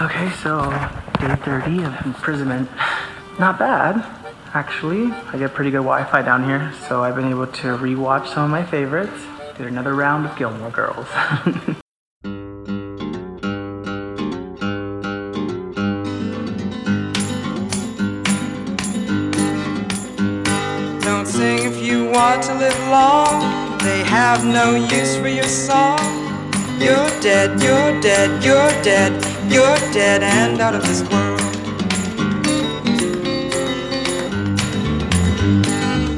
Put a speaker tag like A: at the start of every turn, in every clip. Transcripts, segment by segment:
A: Okay, so day 30 of imprisonment. Not bad, actually. I get pretty good Wi Fi down here, so I've been able to rewatch some of my favorites. Did another round of Gilmore Girls.
B: Don't sing if you want to live long. They have no use for your song. You're dead, you're dead, you're dead, you're dead and out of this world.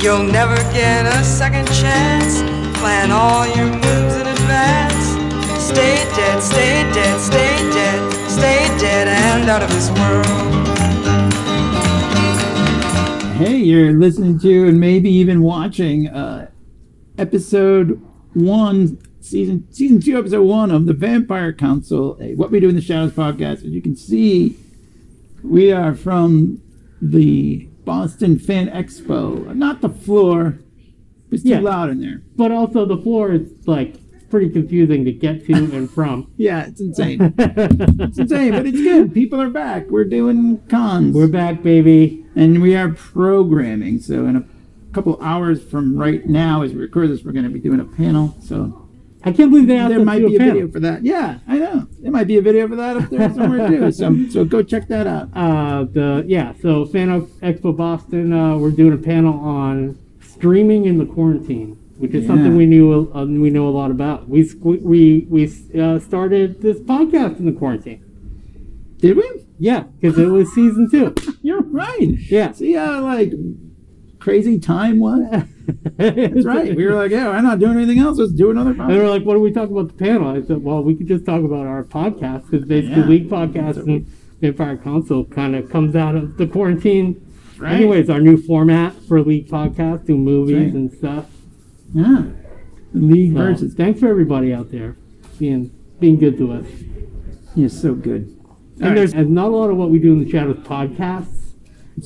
B: You'll never get a second chance. Plan all your moves in advance. Stay dead, stay dead, stay dead, stay dead and out of this world.
C: Hey, you're listening to and maybe even watching uh, episode one, season season two, episode one of the Vampire Council, a What We Do in the Shadows podcast. As you can see, we are from the Boston Fan Expo, not the floor. It's too
D: Yeah.
C: loud in there.
D: But also the floor is like pretty confusing to get to and from.
C: Yeah, it's insane. it's insane, but it's good. People are back. We're doing cons.
D: We're back, baby.
C: and we are programming. So in a couple hours from right now, as we record this, we're going to be doing a panel. So
D: I can't believe they asked
C: there
D: us
C: might
D: to do
C: be a
D: panel.
C: video for that. Yeah, I know. There might be a video for that up there somewhere too. So so go check that out.
D: Uh, the yeah, so Fan Ex- Expo Boston. Uh, we're doing a panel on streaming in the quarantine, which is something
C: Yeah.
D: we knew uh, we know a lot about. We sque- we we uh, started this podcast in the quarantine.
C: Did we?
D: Yeah, because it was season two.
C: You're right.
D: Yeah.
C: See how like crazy time was. That's right. We were like, yeah, I'm not doing anything else. Let's do another
D: And they
C: podcast.
D: were like, "What do we talk about the panel?" I said, "Well, we could just talk about our podcast because basically
C: Yeah.
D: League Podcast and Vampire Council kind of comes out of the quarantine."
C: Right.
D: Anyways, our new format for League Podcast, do movies
C: That's right.
D: and stuff.
C: Yeah. League
D: So,
C: versus.
D: thanks for everybody out there being being good to us.
C: You're so good.
D: and there's and not a lot of what we do in the Shadows podcasts,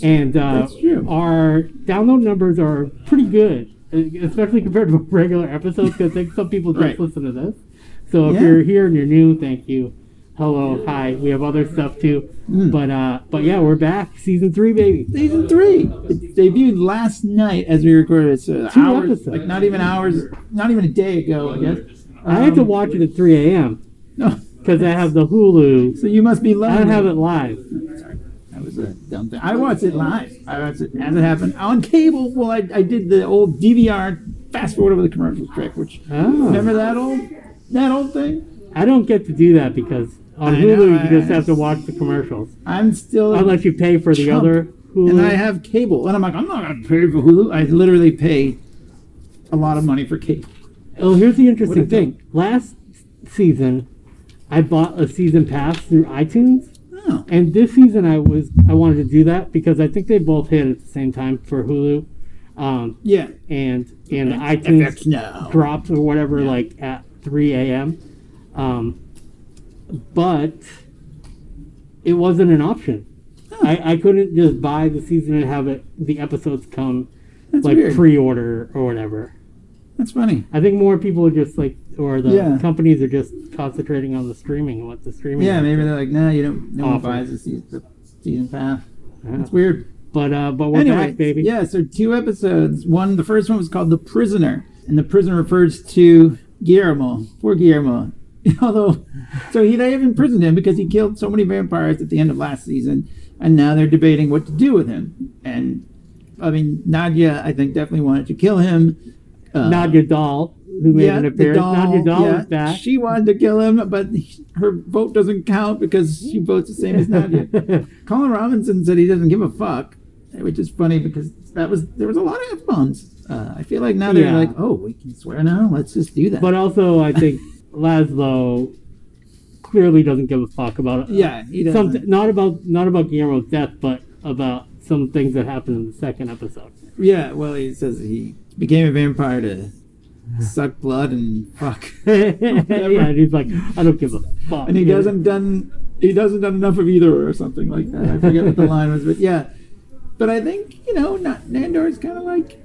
D: and uh,
C: That's true.
D: our download numbers are pretty good, uh, especially compared to regular episodes. Because I think some people just
C: Right.
D: listen to this. So if
C: Yeah.
D: you're here and you're new, thank you. Hello, hi. We have other stuff too,
C: Hmm.
D: but uh, but yeah, we're back, season three, baby.
C: season three. It debuted last night as we recorded it. So
D: Two
C: hours,
D: episodes.
C: like not even hours, not even a day ago, I guess.
D: I had to
C: Um,
D: watch it at 3 a.m.
C: No,
D: because I have the Hulu.
C: so you must be
D: I
C: lonely.
D: don't have it live.
C: That was a dumb thing. I watched it live. I watched it as it happened on cable. Well, I, I did the old DVR fast forward over the commercials trick, which
D: Oh,
C: remember that old that old thing.
D: I don't get to do that because on
C: I know,
D: Hulu
C: I-
D: you just have to watch the commercials
C: I'm still
D: unless you pay for the
C: Chump.
D: other Hulu.
C: and I have cable, and I'm like, I'm not gonna pay for Hulu. I literally pay a lot of money for cable.
D: Oh, here's the interesting
C: Would've done.
D: thing. Last season, I bought a season pass through iTunes,
C: Oh,
D: and this season I was I wanted to do that because I think they both hit at the same time for Hulu, um,
C: yeah.
D: and and iTunes
C: FX now.
D: dropped or whatever like at 3 a.m. Um, but it wasn't an option. I, I couldn't just buy the season and have it the episodes come
C: That's
D: like
C: weird.
D: pre-order or whatever.
C: That's funny.
D: I think more people are just like, or the
C: Yeah.
D: companies are just concentrating on the streaming and what the streaming.
C: Yeah, maybe they're like, no, you don't. No one
D: Awful.
C: buys the season, the season pass.
D: Yeah.
C: It's weird.
D: But uh, but we're
C: anyway,
D: back, baby.
C: yeah. So two episodes. One, the first one was called "The Prisoner," and the prisoner refers to Guillermo. Poor Guillermo. Although, so he they have imprisoned him because he killed so many vampires at the end of last season, and now they're debating what to do with him. And I mean, Nadia, I think definitely wanted to kill him. Uh,
D: Nadia Doll, who made an appearance. Nadia Doll
C: yeah.
D: is back.
C: She wanted to kill him, but he- her vote doesn't count because she votes the same as Nadia. Colin Robinson said he doesn't give a fuck, which is funny because that was there was a lot of f bombs. Uh, I feel like now they're
D: Yeah.
C: like, oh, we can swear now. Let's just do that.
D: But uh, also, I think Laszlo clearly doesn't give a fuck about
C: yeah, he doesn't.
D: Some, not about not about Guillermo's death, but about some things that happened in the second episode.
C: yeah, well, he says he became a vampire to suck blood and fuck.
D: yeah, and he's like, I don't give a fuck.
C: and he
D: you know?
C: doesn't done he doesn't done enough of either or something like that. I forget what the line was, but yeah. But I think you know, not Nandor's kind of like,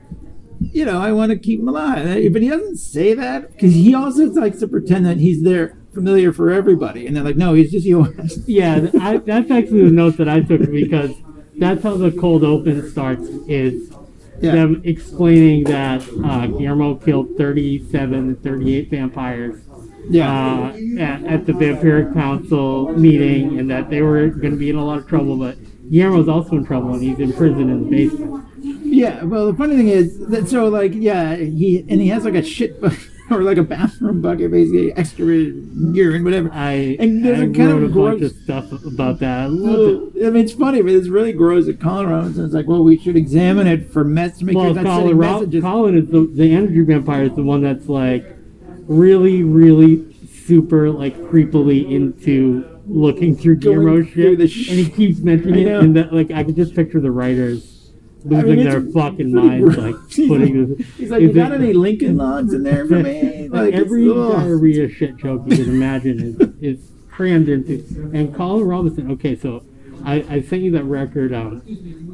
C: you know, I want to keep him alive, Eh, but he doesn't say that because he also likes to pretend that he's there familiar for everybody. And they're like, no, he's just yours.
D: Yeah, th- I, that's actually the note that I took because that's how the cold open starts. Is
C: Yeah.
D: them explaining that uh, Guillermo killed 37, 38 vampires
C: yeah.
D: uh, at, at the Vampire Council meeting, and that they were going to be in a lot of trouble. But Guillermo's also in trouble, and he's in prison in the basement.
C: Yeah, well, the funny thing is that so like yeah, he and he has like a shit bu- or like a bathroom bucket, basically extra urine, whatever.
D: I
C: And there's
D: I
C: a kind
D: wrote
C: of
D: a bunch
C: gross- Oh.
D: of stuff about that. I loved it.
C: I mean, it's funny, but it's really gross at Colorado. So it's like, well, we should examine it for mess to make sure
D: Well,
C: it's not sending
D: Colin,
C: messages.
D: Colin is the, the energy vampire is the one that's like really, really super like creepily into looking through
C: Going
D: Guillermo
C: through
D: shit,
C: the
D: and
C: sh-
D: he keeps mentioning
C: I know.
D: it, and that like I could just picture the writers
C: I
D: losing
C: mean, it's
D: their fucking
C: pretty
D: minds,
C: gross.
D: like putting this.
C: He's like, you
D: is
C: got
D: it-
C: any Lincoln logs in there for me? Like,
D: Like every
C: it's, ugh.
D: diarrhea shit joke you can imagine is, is crammed into. And Colin Robinson. Okay, so I, I sent you that record, um,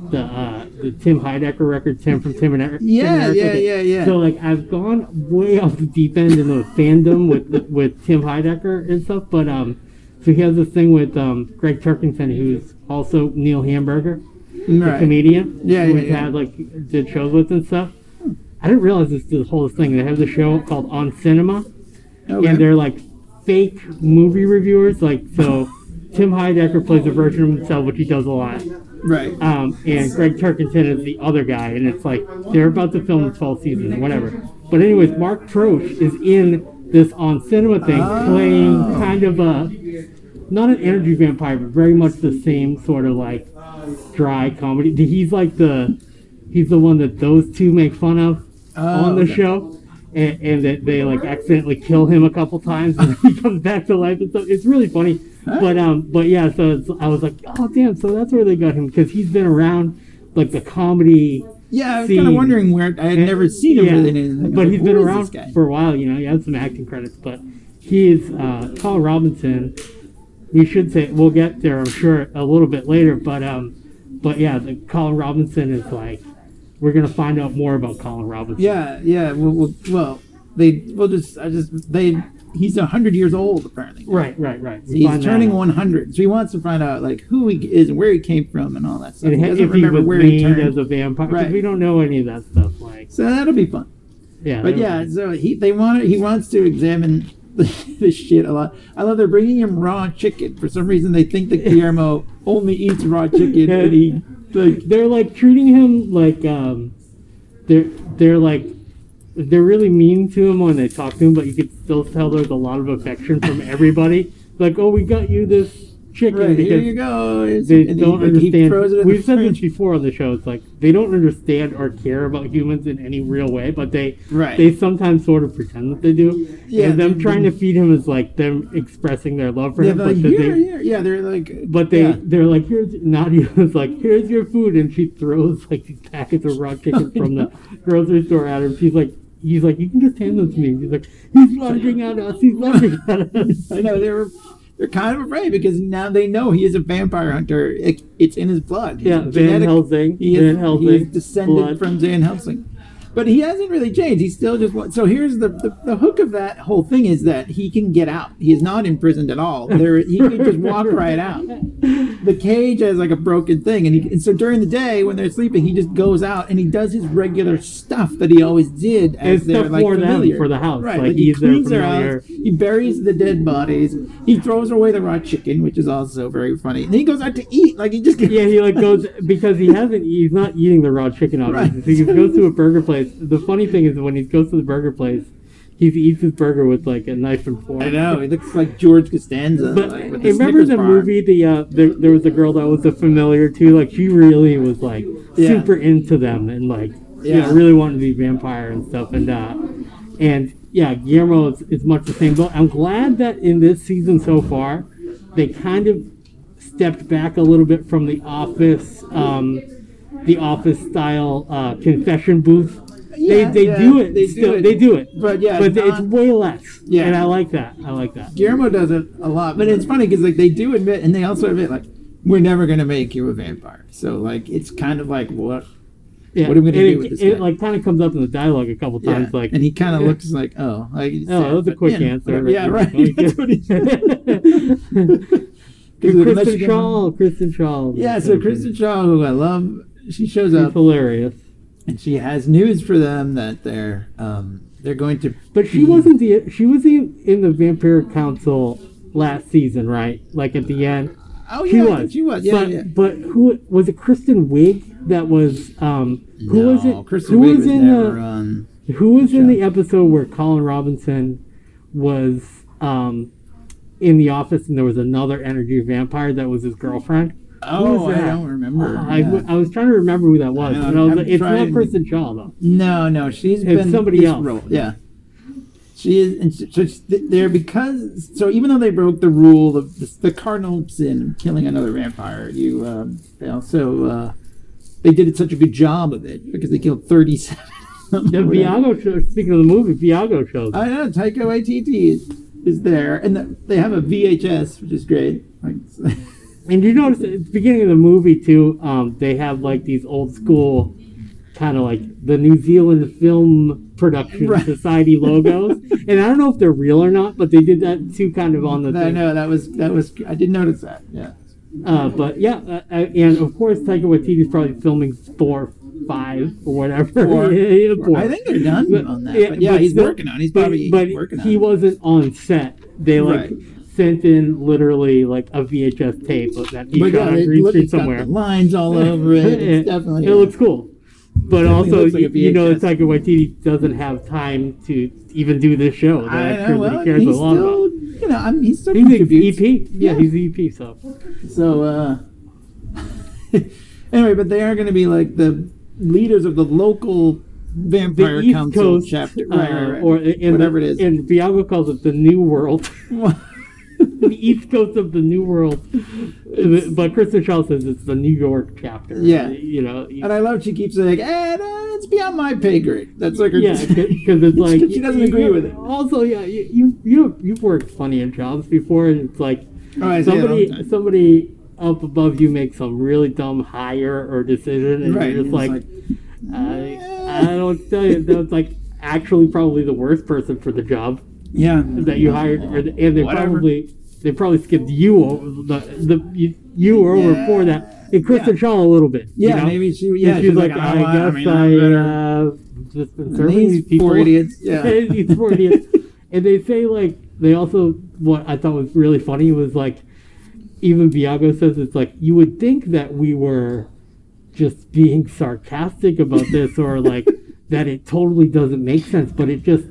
D: the uh, the Tim Heidecker record, Tim from Tim and Eric. Tim
C: Yeah,
D: and Eric.
C: yeah,
D: Okay,
C: yeah, yeah.
D: So like I've gone way off the deep end in the fandom with with Tim Heidecker and stuff, but um, so he has this thing with um Greg Turkington, who's also Neil Hamburger
C: Right.
D: comedian.
C: Yeah, yeah,
D: We've
C: yeah.
D: had like did shows with and stuff. I didn't realize this the whole thing. They have the show called On Cinema,
C: Okay.
D: and they're like fake movie reviewers. Like so, Tim Heidecker plays a version of himself, which he does a lot.
C: right.
D: Um, and Greg Turkington is the other guy, and it's like they're about to film the 12th season or whatever. But anyways, Mark Troche is in this on cinema thing, playing
C: Oh.
D: kind of a not an energy vampire, but very much the same sort of like dry comedy. He's like the he's the one that those two make fun of on the
C: okay.
D: show. And, and that they like accidentally kill him a couple times, and he comes back to life and stuff. It's really funny, but um, but yeah. So it's, I was like, oh damn, so that's where they got him because he's been around like the comedy.
C: yeah, I was kind of
D: scene.
C: wondering where I had never seen him
D: Yeah,
C: really. in anything. I was
D: But
C: like,
D: he's
C: who
D: been
C: is this
D: around
C: guy?
D: for a while, you know. He has some acting credits, but he is uh, Colin Robinson. We should say we'll get there, I'm sure, a little bit later. But um, but yeah, the Colin Robinson is like we're gonna find out more about Colin Robinson.
C: Yeah, yeah. Well, well, well they will just. I just they. He's hundred years old apparently.
D: Right, right, right. We
C: He's
D: find that
C: turning
D: out.
C: 100, so he wants to find out like who he is and where he came from and all that stuff. He
D: And
C: doesn't
D: if he
C: remember
D: was
C: where he
D: made
C: turned.
D: as a vampire, 'cause
C: Right.
D: we don't know any of that stuff. Like,
C: so that'll be fun.
D: yeah,
C: But
D: they-
C: yeah, so he they want he wants to examine this shit a lot. I love they're bringing him raw chicken. For some reason, they think that Guillermo only eats raw chicken,
D: Yeah.
C: and he like
D: they're like treating him like um, they're they're like they're really mean to him when they talk to him, but you could still tell there's a lot of affection from everybody. like, oh, we got you this chicken
C: right here
D: because
C: you go. It's-
D: they
C: and he-
D: don't
C: like, he throws it
D: understand.
C: in the
D: We've said this
C: fridge.
D: before on the show. It's like they don't understand or care about humans in any real way, but they
C: Right.
D: they sometimes sort of pretend that they do.
C: Yeah,
D: and them
C: they-
D: trying to feed him is like them expressing their love for
C: Yeah,
D: him,
C: they're
D: but
C: like,
D: that
C: "Here,
D: they
C: here." yeah, they're like,
D: but they
C: yeah.
D: they're like here's Nadia is like here's your food and she throws like these packets of raw chicken from the grocery store at him. She's like he's like you can just hand them to me. He's like he's lunging at us. He's lunging at us.
C: I know they were. They're kind of afraid because now they know he is a vampire hunter. It, it's in his blood. He's
D: Yeah,
C: a
D: Van
C: genetic-
D: Helsing.
C: He
D: Van
C: is, he is
D: Helsing.
C: descended
D: blood.
C: from Van Helsing, but he hasn't really changed. He's still just one. So here's the, the the hook of that whole thing is that he can get out. He is not imprisoned at all. There, he can just walk right out. The cage has like a broken thing, and, he, and so during the day when they're sleeping, he just goes out and he does his regular stuff that he always did as
D: It's
C: they're
D: stuff
C: like
D: for them,
C: familiar.
D: for the house.
C: Right,
D: Like,
C: he
D: he's their
C: cleans their
D: familiar.
C: house. He buries the dead bodies. He throws away the raw chicken, which is also very funny. And he goes out to eat. Like he just
D: Yeah, he like goes because he hasn't. He's not eating the raw chicken. Obviously,
C: Right.
D: so he goes to a burger place. The funny thing is when he goes to the burger place, he eats his burger with like a knife and fork.
C: I know he looks like George Costanza.
D: But
C: like, with the
D: remember
C: Snickers
D: the
C: bar.
D: movie? The uh, there, there was a girl that was a familiar too. Like she really was like
C: Yeah.
D: super into them and like you know
C: Yeah.
D: really wanted to be vampire and stuff and uh and yeah Guillermo is, is much the same. But I'm glad that in this season so far they kind of stepped back a little bit from the office um the office style uh, confession booth.
C: Yeah,
D: they they
C: yeah,
D: do it.
C: they do
D: still,
C: it.
D: They do it.
C: But yeah,
D: but it's
C: not-
D: way less.
C: Yeah.
D: and I like that. I like that.
C: Guillermo does it a lot, but it's funny because like they do admit, and they also admit like we're never gonna make you a vampire. So like it's kind of like what.
D: Yeah.
C: What am I gonna do
D: and it,
C: with this
D: It
C: guy?
D: like kind of comes up in the dialogue a couple
C: Yeah.
D: times. Like,
C: and he kind of looks like, oh, like, oh,
D: oh, that was a quick answer.
C: Yeah, right. That's what he said. He's like, "Unless
D: Kristen
C: you can-"
D: Shaw. Kristen Shaw.
C: Yeah, so Kristen uh, Shaw, who I love, she shows
D: She's
C: up
D: hilarious.
C: and she has news for them that they're um, they're going to.
D: But she
C: be-
D: wasn't the she was in, in the Vampire Council last season, right? Like at the end,
C: Oh,
D: she
C: yeah, I
D: was.
C: think she was. Yeah,
D: but,
C: yeah.
D: but who was it? Kristen Wiig that was um who was
C: No,
D: it?
C: Kristen
D: who
C: Wiig
D: was,
C: was
D: in
C: never uh,
D: the
C: on.
D: who was in
C: show.
D: the episode where Colin Robinson was um in the office and there was another energy vampire that was his girlfriend.
C: Oh,
D: was
C: I
D: that?
C: don't remember.
D: I,
C: yeah.
D: w- I was trying to remember who that was,
C: I know,
D: and I was
C: I'm
D: like, it's
C: trying-
D: not Kristen Shaw though.
C: No, no, she's
D: It's
C: been
D: somebody
C: this
D: else.
C: role, Yeah, she is. And so she's there because so even though they broke the rule of the, the cardinal sin of killing another vampire, you um, they also uh, they did such a good job of it because they killed thirty-seven. of
D: The
C: them.
D: Viago show. Speaking of the movie, Viago shows.
C: I know Oh, Taika Waititi is, is there, and the, they have a VHS, which is great. Like,
D: And you notice at the beginning of the movie too, um, they have like these old school kind of like the New Zealand Film Production
C: Right.
D: Society logos. and I don't know if they're real or not, but they did that too, kind of on the
C: I
D: thing.
C: know that was that was I did notice that. Yeah.
D: Uh, but yeah, uh, uh, and of course Taika Waititi's probably filming four, five, or whatever.
C: Four.
D: Yeah, yeah, four.
C: I think they're done
D: But-
C: on that. but yeah, he's
D: still-
C: working on. it. He's
D: but-
C: probably
D: but
C: working on.
D: he
C: it.
D: wasn't on set. They like
C: Right.
D: sent in literally like a VHS tape of that he
C: But
D: shot
C: yeah,
D: on
C: it
D: Green
C: look-
D: Street
C: it's got
D: somewhere.
C: the lines all over it. It's definitely
D: it looks cool. But
C: Definitely
D: also,
C: looks like
D: you,
C: a
D: you know,
C: VHS.
D: Taika Waititi doesn't have time to even do this show. That
C: I
D: I'm
C: know.
D: sure
C: Well,
D: that he cares
C: he's
D: a lot
C: still,
D: about.
C: you know, I mean, he's still
D: He's E the
C: contributes.
D: EP. Yeah,
C: Yeah.
D: he's the EP. So
C: So uh, anyway, but they are going to be like the leaders of the local
D: the
C: vampire
D: East
C: council
D: Coast,
C: chapter,
D: uh,
C: right, right, right.
D: or in
C: whatever
D: the,
C: it is.
D: and Viago calls it the New World, the East Coast of the New World. But Kristen Shaw says it's the New York chapter.
C: Yeah.
D: you know.
C: and I love she keeps saying, eh, that's beyond my pay grade. That's like her.
D: Yeah, because it's like
C: she doesn't agree
D: you-
C: with it. Oh,
D: Also, yeah, you you you- you've worked plenty in jobs before, and it's like
C: All right, so yeah,
D: somebody
C: don't-
D: somebody up above you makes some really dumb hire or decision, and
C: Right,
D: you're
C: it's
D: just like,
C: like,
D: I, I don't tell you that's like actually probably the worst person for the job
C: yeah,
D: that you hired, or the- and they
C: Whatever.
D: probably they probably skipped you over the the you, you were over for that, and Kristen
C: Yeah.
D: Shaw a little bit. you
C: yeah,
D: know?
C: maybe she,
D: Yeah,
C: yeah, "Oh,
D: she's, like, I, guess I,
C: mean, I'm better
D: uh, just been
C: than
D: serving
C: these
D: people.
C: poor idiots. Yeah,
D: these poor idiots. And they say like they also what I thought was really funny was like even Viago says it's like you would think that we were just being sarcastic about this or like that it totally doesn't make sense, but it just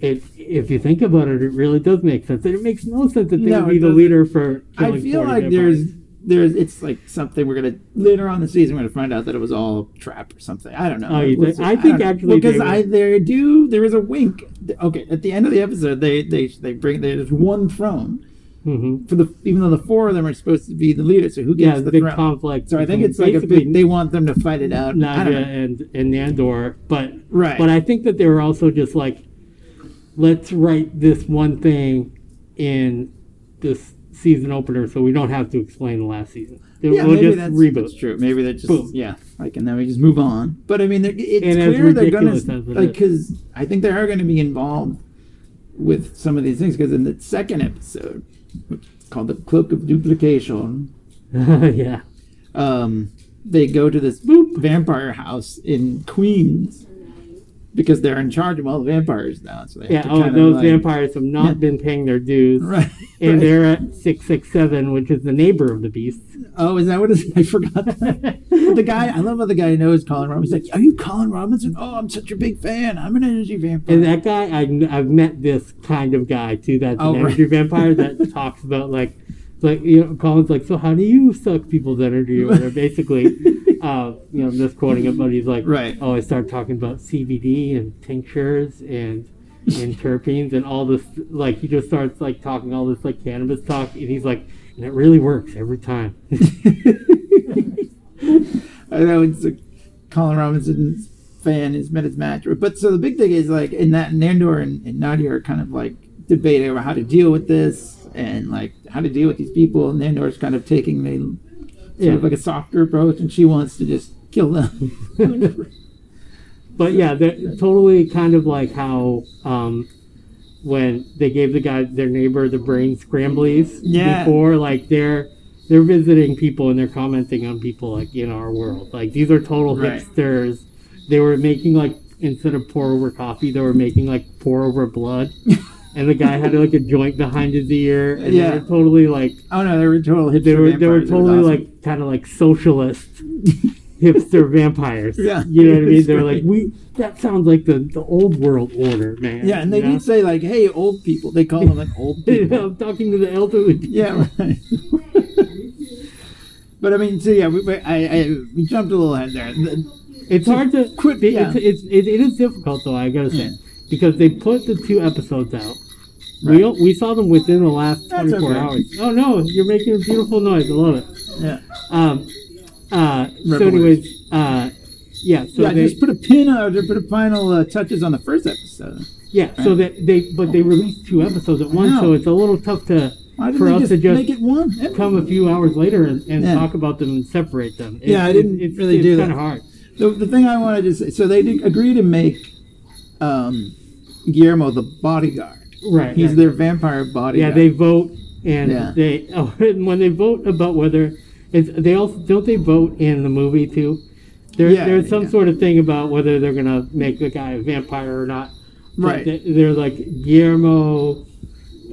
D: it if you think about it, it really does make sense. And it makes no sense that they
C: No,
D: would
C: it
D: be the
C: doesn't.
D: leader for
C: I
D: killing
C: feel
D: 40
C: like
D: vampires.
C: there's there's it's like something we're gonna later on in the season we're gonna find out that it was all a trap or something. I don't know.
D: Oh, you
C: We'll
D: think-
C: see.
D: I think
C: don't know.
D: actually
C: because
D: they
C: I
D: would-
C: there do there is a wink. Okay, at the end of the episode they they they bring there's one throne
D: Mhm.
C: for the even though the four of them are supposed to be the leaders. So who
D: yeah,
C: gets
D: the
C: the
D: big
C: throne?
D: conflict.
C: So I think
D: between
C: it's like a
D: basically
C: big, they want them to fight it out. I don't
D: Nadia
C: know.
D: and and Nandor, but
C: Right.
D: but I think that they were also just like, let's write this one thing in this season opener, so we don't have to explain the last season. They-
C: yeah,
D: we'll
C: maybe
D: just
C: that's,
D: reboot.
C: that's true. Maybe they're just
D: Boom.
C: yeah, like and then we just move on. But I mean, they're- it's
D: And as
C: clear they're gonna
D: ridiculous as it
C: like
D: is.
C: because I think they are going to be involved with some of these things because in the second episode, which is called the Cloak of Duplication,
D: yeah,
C: um, they go to this boop vampire house in Queens because they're in charge of all the vampires now. So they
D: yeah.
C: have to
D: Oh,
C: kinda,
D: those
C: like-
D: vampires have not
C: Yeah.
D: been paying their dues,
C: Right.
D: and
C: right.
D: they're at six six seven, which is the neighbor of the beast.
C: Oh, is that what it is? I forgot. that. the guy, I love how the guy knows Colin Robinson. He's like, "Are you Colin Robinson? Oh, I'm such a big fan. I'm an energy vampire."
D: And that guy, I, I've met this kind of guy too. That's
C: Oh,
D: an
C: right.
D: energy vampire that talks about like, like you know, Colin's like, so how do you suck people's energy? Or whatever," basically, uh, you know, misquoting it, but he's like,
C: Right.
D: Oh, I started talking about CBD and tinctures and and terpenes and all this. Like he just starts like talking all this like cannabis talk, and he's like, and it really works every time.
C: I know it's a Colin Robinson's fan has met his match. But so the big thing is like in that Nandor and, and Nadia are kind of like debating over how to deal with this and like how to deal with these people. And Nandor's kind of taking the sort
D: Yeah.
C: of like a softer approach, and she wants to just kill them.
D: But yeah, they're totally kind of like how um, when they gave the guy their neighbor the brain scramblies
C: Yeah.
D: before, like they're they're visiting people and they're commenting on people like in our world. Like these are total
C: Right.
D: hipsters. They were making like instead of pour over coffee, they were making like pour over blood. and the guy had like a joint behind his ear, and
C: Yeah.
D: they were totally like
C: oh no, they were total hipster
D: they were they were
C: vampires. It was
D: totally
C: awesome.
D: like kind of like socialist hipster vampires.
C: Yeah.
D: you know what I mean.
C: It's
D: They were
C: great.
D: like, we that sounds like the the old world order, man.
C: yeah, and they
D: you know?
C: didn't say like, "Hey, old people." They call them like old
D: You
C: people.
D: know, I'm talking to the elderly.
C: Yeah, right. but I mean, so yeah, we, we, I, I we jumped a little ahead there. The-
D: It's hard to
C: Quit-
D: it-
C: yeah.
D: It's, it's it, it is difficult though. I gotta say
C: Yeah.
D: because they put the two episodes out.
C: Right.
D: We don't- we saw them within the last
C: That's
D: 24
C: okay.
D: hours. Oh no, you're making a beautiful noise. I love it.
C: yeah,
D: Um, uh, so
C: Rebel
D: anyways, uh, yeah. So
C: yeah.
D: they,
C: just put a pin on, or put a final uh, touches on the first episode.
D: Yeah, so that they but they released two episodes at once,
C: know.
D: so it's a little tough to
C: Why didn't
D: for
C: they
D: us
C: just,
D: to just
C: make it one?
D: come a few hours later and, and
C: Yeah.
D: talk about them and separate them. It-
C: Yeah, I
D: it-
C: didn't
D: it's,
C: really
D: it's
C: do
D: kind
C: that.
D: of hard.
C: The, the thing I wanted to say, so they did agree to make um, Guillermo the bodyguard.
D: Right.
C: He's
D: right.
C: their vampire bodyguard.
D: yeah, they vote and
C: Yeah.
D: they oh, and when they vote about whether it's they also don't they vote in the movie too. There,
C: Yeah,
D: there's some
C: yeah.
D: sort of thing about whether they're gonna make the guy a vampire or not. But
C: Right.
D: they- They're like Guillermo,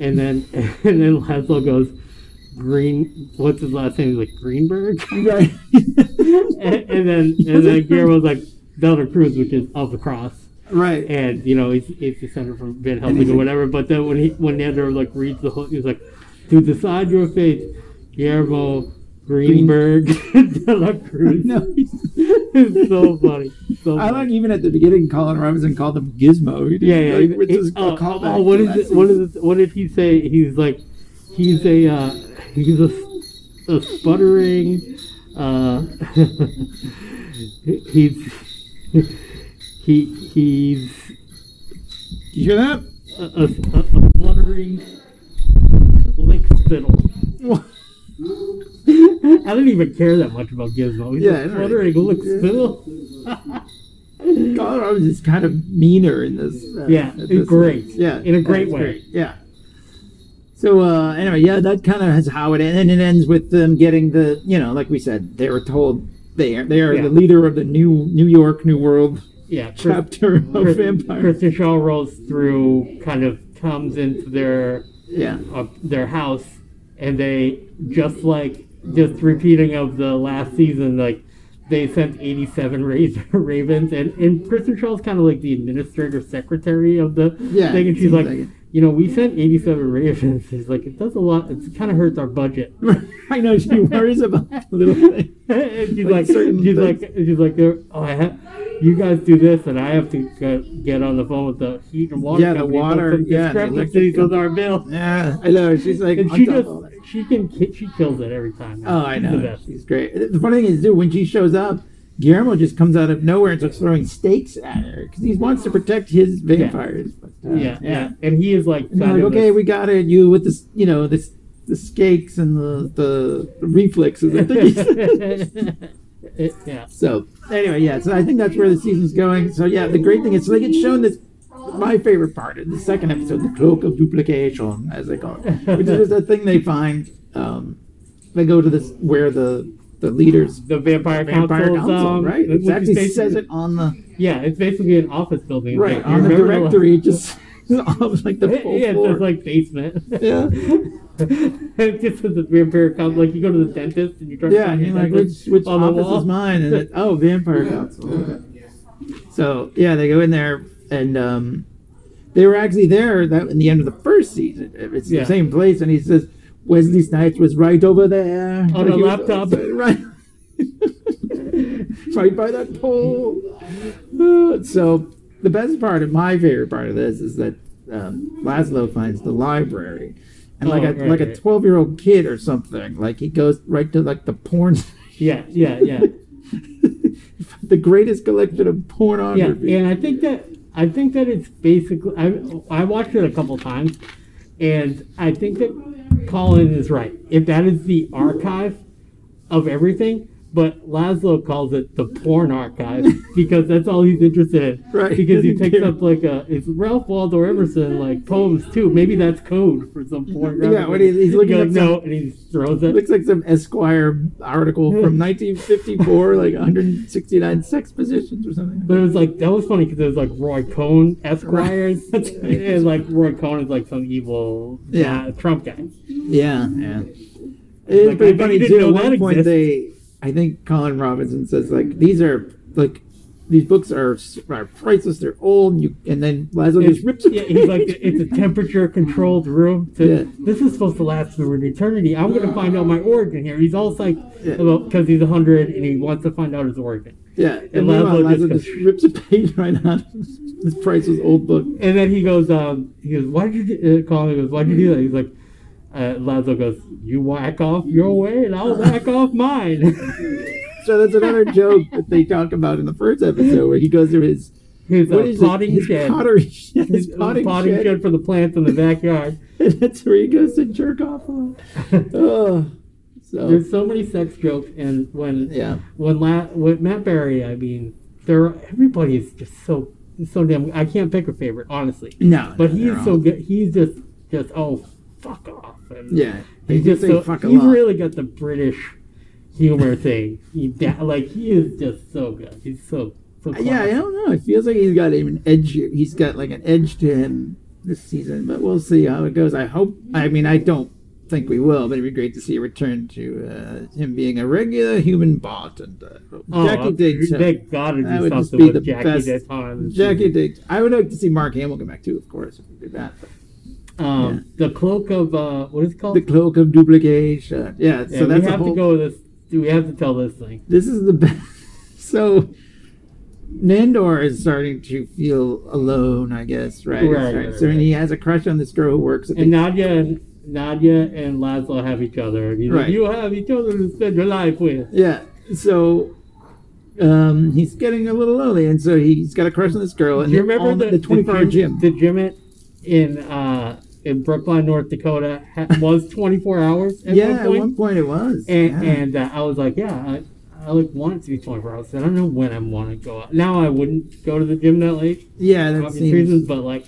D: and then and then Laszlo goes Green. What's his last name? He's like Greenberg.
C: Right.
D: and, and then and then Guillermo's like Delta Cruz, which is of the cross,
C: right.
D: and you know he's he's descended from Van Helsing or whatever. But then when he when Nander like reads the whole, he's like, to decide your fate, Guillermo Greenberg Delta Cruz.
C: no,
D: it's so funny. So
C: I like
D: funny.
C: even at the beginning, Colin Robinson called him Gizmo. He did,
D: Yeah, yeah.
C: like,
D: he-
C: which
D: he-
C: is a
D: oh,
C: callback
D: oh, what
C: to
D: is
C: last
D: it? What
C: season.
D: is it? What did he say? He's like, he's a uh, he's a, s- a sputtering. Uh, he's he he's
C: You hear that?
D: a, a, a, a fluttering lick spittle. I didn't even care that much about Gizmo. He's
C: Yeah, I
D: a
C: don't
D: fluttering
C: really-
D: lick spittle.
C: Colin Robinson's kind of meaner in this. uh,
D: Yeah,
C: at
D: in
C: this
D: great.
C: one. Yeah,
D: in a great
C: it's
D: way.
C: Yeah. So uh, anyway, yeah, that kind of is how it ends, and it ends with them getting the, you know, like we said, they were told they are they are
D: Yeah.
C: the leader of the new New York New World
D: Yeah, Chris-
C: chapter of
D: Chris-
C: vampires.
D: Kristen Shaw rolls through, kind of comes into their
C: Yeah,
D: uh, their house, and they just like just repeating of the last season, like they sent eighty seven ravens, and and Kristen Shaw's kind of like the administrator secretary of the
C: Yeah,
D: thing, and
C: it
D: she's
C: seems
D: like.
C: like it.
D: you know, we sent 87 ravens. It's like, it does a lot. It kind of hurts our budget.
C: I know she worries about the little thing.
D: and she's
C: Like
D: like,
C: certain
D: she's
C: things.
D: like, she's like, "There- oh, I have, you guys do this, and I have to go, get on the phone with the heat and water.
C: Yeah, the
D: company, but
C: water,
D: some
C: yeah, the electric
D: discrepancies with
C: company.
D: our bill.
C: Yeah, I know. She's like,
D: And
C: on
D: she
C: top of
D: just,
C: all that.
D: she can, ki- she kills it every time. man.
C: Oh, I
D: She's the
C: know.
D: best.
C: She's great. The funny thing is, too, when she shows up, Guillermo just comes out of nowhere and starts throwing stakes at her because he wants to protect his vampires. But, uh,
D: Yeah, yeah, and he is like,
C: And they're
D: kind
C: like,
D: of a-
C: okay, we got it. You with this, you know, this the skakes and the the reflexes. I think he said.
D: yeah,
C: so anyway, yeah. So I think that's where the season's going. So yeah, the great thing is, so they get shown this. My favorite part of the second episode, the cloak of duplication, as they call it, which is just a thing they find. Um, they go to this where the the leaders
D: the vampire,
C: Vampire
D: council's,
C: Council,
D: um,
C: right?
D: which is
C: Exactly.
D: basically-
C: says it on the
D: Yeah, it's basically an office building.
C: right
D: Like, you
C: on the
D: remember, like-
C: directory. Just of like the full
D: yeah,
C: floor.
D: it's like basement.
C: yeah,
D: it just says the vampire comes. Like you go to the dentist and you try to
C: yeah. And
D: find your
C: you're like, which
D: dentist
C: which
D: on the
C: office
D: wall.
C: is mine? And it, oh, vampire council. Okay. So yeah, they go in there and um, they were actually there that in the end of the first season. It's
D: Yeah.
C: the same place, and he says Wesley Snipes was right over there on
D: a laptop.
C: right. right by that pole. Uh, so the best part of my favorite part of this is that um, Laszlo finds the library, and like
D: Oh,
C: a
D: right,
C: like a
D: right.
C: twelve year old kid or something, like he goes right to like the porn,
D: Yeah, yeah, yeah,
C: the greatest collection of
D: yeah.
C: pornography.
D: And I think that I think that it's basically. I I watched it a couple times, and I think that Colin is right. If that is the archive of everything. But Laszlo calls it the porn archive because that's all he's interested in.
C: Right.
D: Because he
C: Doesn't
D: picks
C: care.
D: up like a it's Ralph Waldo Emerson like poems too. Maybe that's code for some porn.
C: Yeah, what he's- he's looking
D: goes,
C: up some-
D: no, and he throws
C: It
D: it.
C: looks like some Esquire article from 1954, like 169 sex positions or something.
D: But it was like that was funny because it was like Roy Cohn Esquires,
C: Right.
D: and like Roy Cohn is like some evil
C: Yeah.
D: uh, Trump guy.
C: Yeah, yeah. It's
D: Like,
C: pretty
D: I
C: funny
D: didn't
C: too.
D: know
C: At
D: that
C: one point, they,
D: exists.
C: I think Colin Robinson says like these are like these books are s- are priceless. They're old. And you and then Laszlo just rips it.
D: yeah, he's like, it's a temperature controlled room. To,
C: Yeah.
D: This is supposed to last for an eternity. I'm going to find out my origin here. He's all psyched
C: Yeah.
D: about because he's 100 and he wants to find out his origin.
C: yeah. And
D: Laszlo
C: meanwhile, Laszlo
D: just
C: just rips a page right out of this this priceless old book.
D: And then he goes, um, he goes, why did you do, uh, Colin goes, why did you do that? He's like, uh, Lazo goes, you whack off your way and I'll whack off mine.
C: So that's another joke that they talk about in the first episode where he goes through his
D: His
C: what
D: uh,
C: is it?
D: potting
C: his
D: shed.
C: pottery shed.
D: his
C: His potting, shed.
D: for the plants in the backyard.
C: And that's where he goes to jerk off a lot. Oh, so
D: There's so many sex jokes, and when
C: yeah,
D: when La- with Matt Berry, I mean, there everybody is just so so damn. I can't pick a favorite honestly,
C: no,
D: but
C: no,
D: he's
C: they're all-
D: so good. He's just just oh fuck off. And
C: yeah. They
D: he's
C: do
D: just
C: say
D: so,
C: fuck a
D: he's
C: lot.
D: really got the British humor thing. He da- like he is just so good. He's so so.
C: yeah, I
D: classy.
C: don't know. It feels like he's got an edge. He's got like an edge to him this season, but we'll see how it goes. I hope. I mean, I don't think we will, but it'd be great to see a return to uh, him being a regular human bot. And uh,
D: Oh,
C: Jackie Diggs. uh,
D: They gotta
C: That
D: do
C: would just
D: something
C: be the
D: with Jackie
C: best-
D: this time.
C: Jackie Diggs. I would like to see Mark Hamill come back too, of course. If we do that.
D: Um, The cloak of uh, what is it called?
C: The cloak of duplication. Yeah.
D: Yeah,
C: so that's
D: we
C: a
D: have
C: whole
D: to go with this. Do we have to tell this thing?
C: this is the best. So Nandor is starting to feel alone, I guess, right?
D: Right, right,
C: So and
D: right.
C: he has a crush on this girl who works at the
D: And Nadia and Nadia and Laszlo have each other. And he's like,
C: Right.
D: you have each other to spend your life with.
C: Yeah. So um, he's getting a little lonely, and so he's got a crush on this girl.
D: Do
C: And
D: you remember
C: all
D: the,
C: the twenty-four hour gym?
D: The gym at, in uh, in Brookline, North Dakota, ha- was twenty four hours at
C: yeah,
D: one point.
C: at one point it was.
D: and
C: yeah.
D: and uh, I was like, yeah, I, I like want it to be twenty four hours. I don't know when I want to go out. Now I wouldn't go to the gym that late.
C: yeah, that
D: obvious
C: seems-
D: reasons, but like,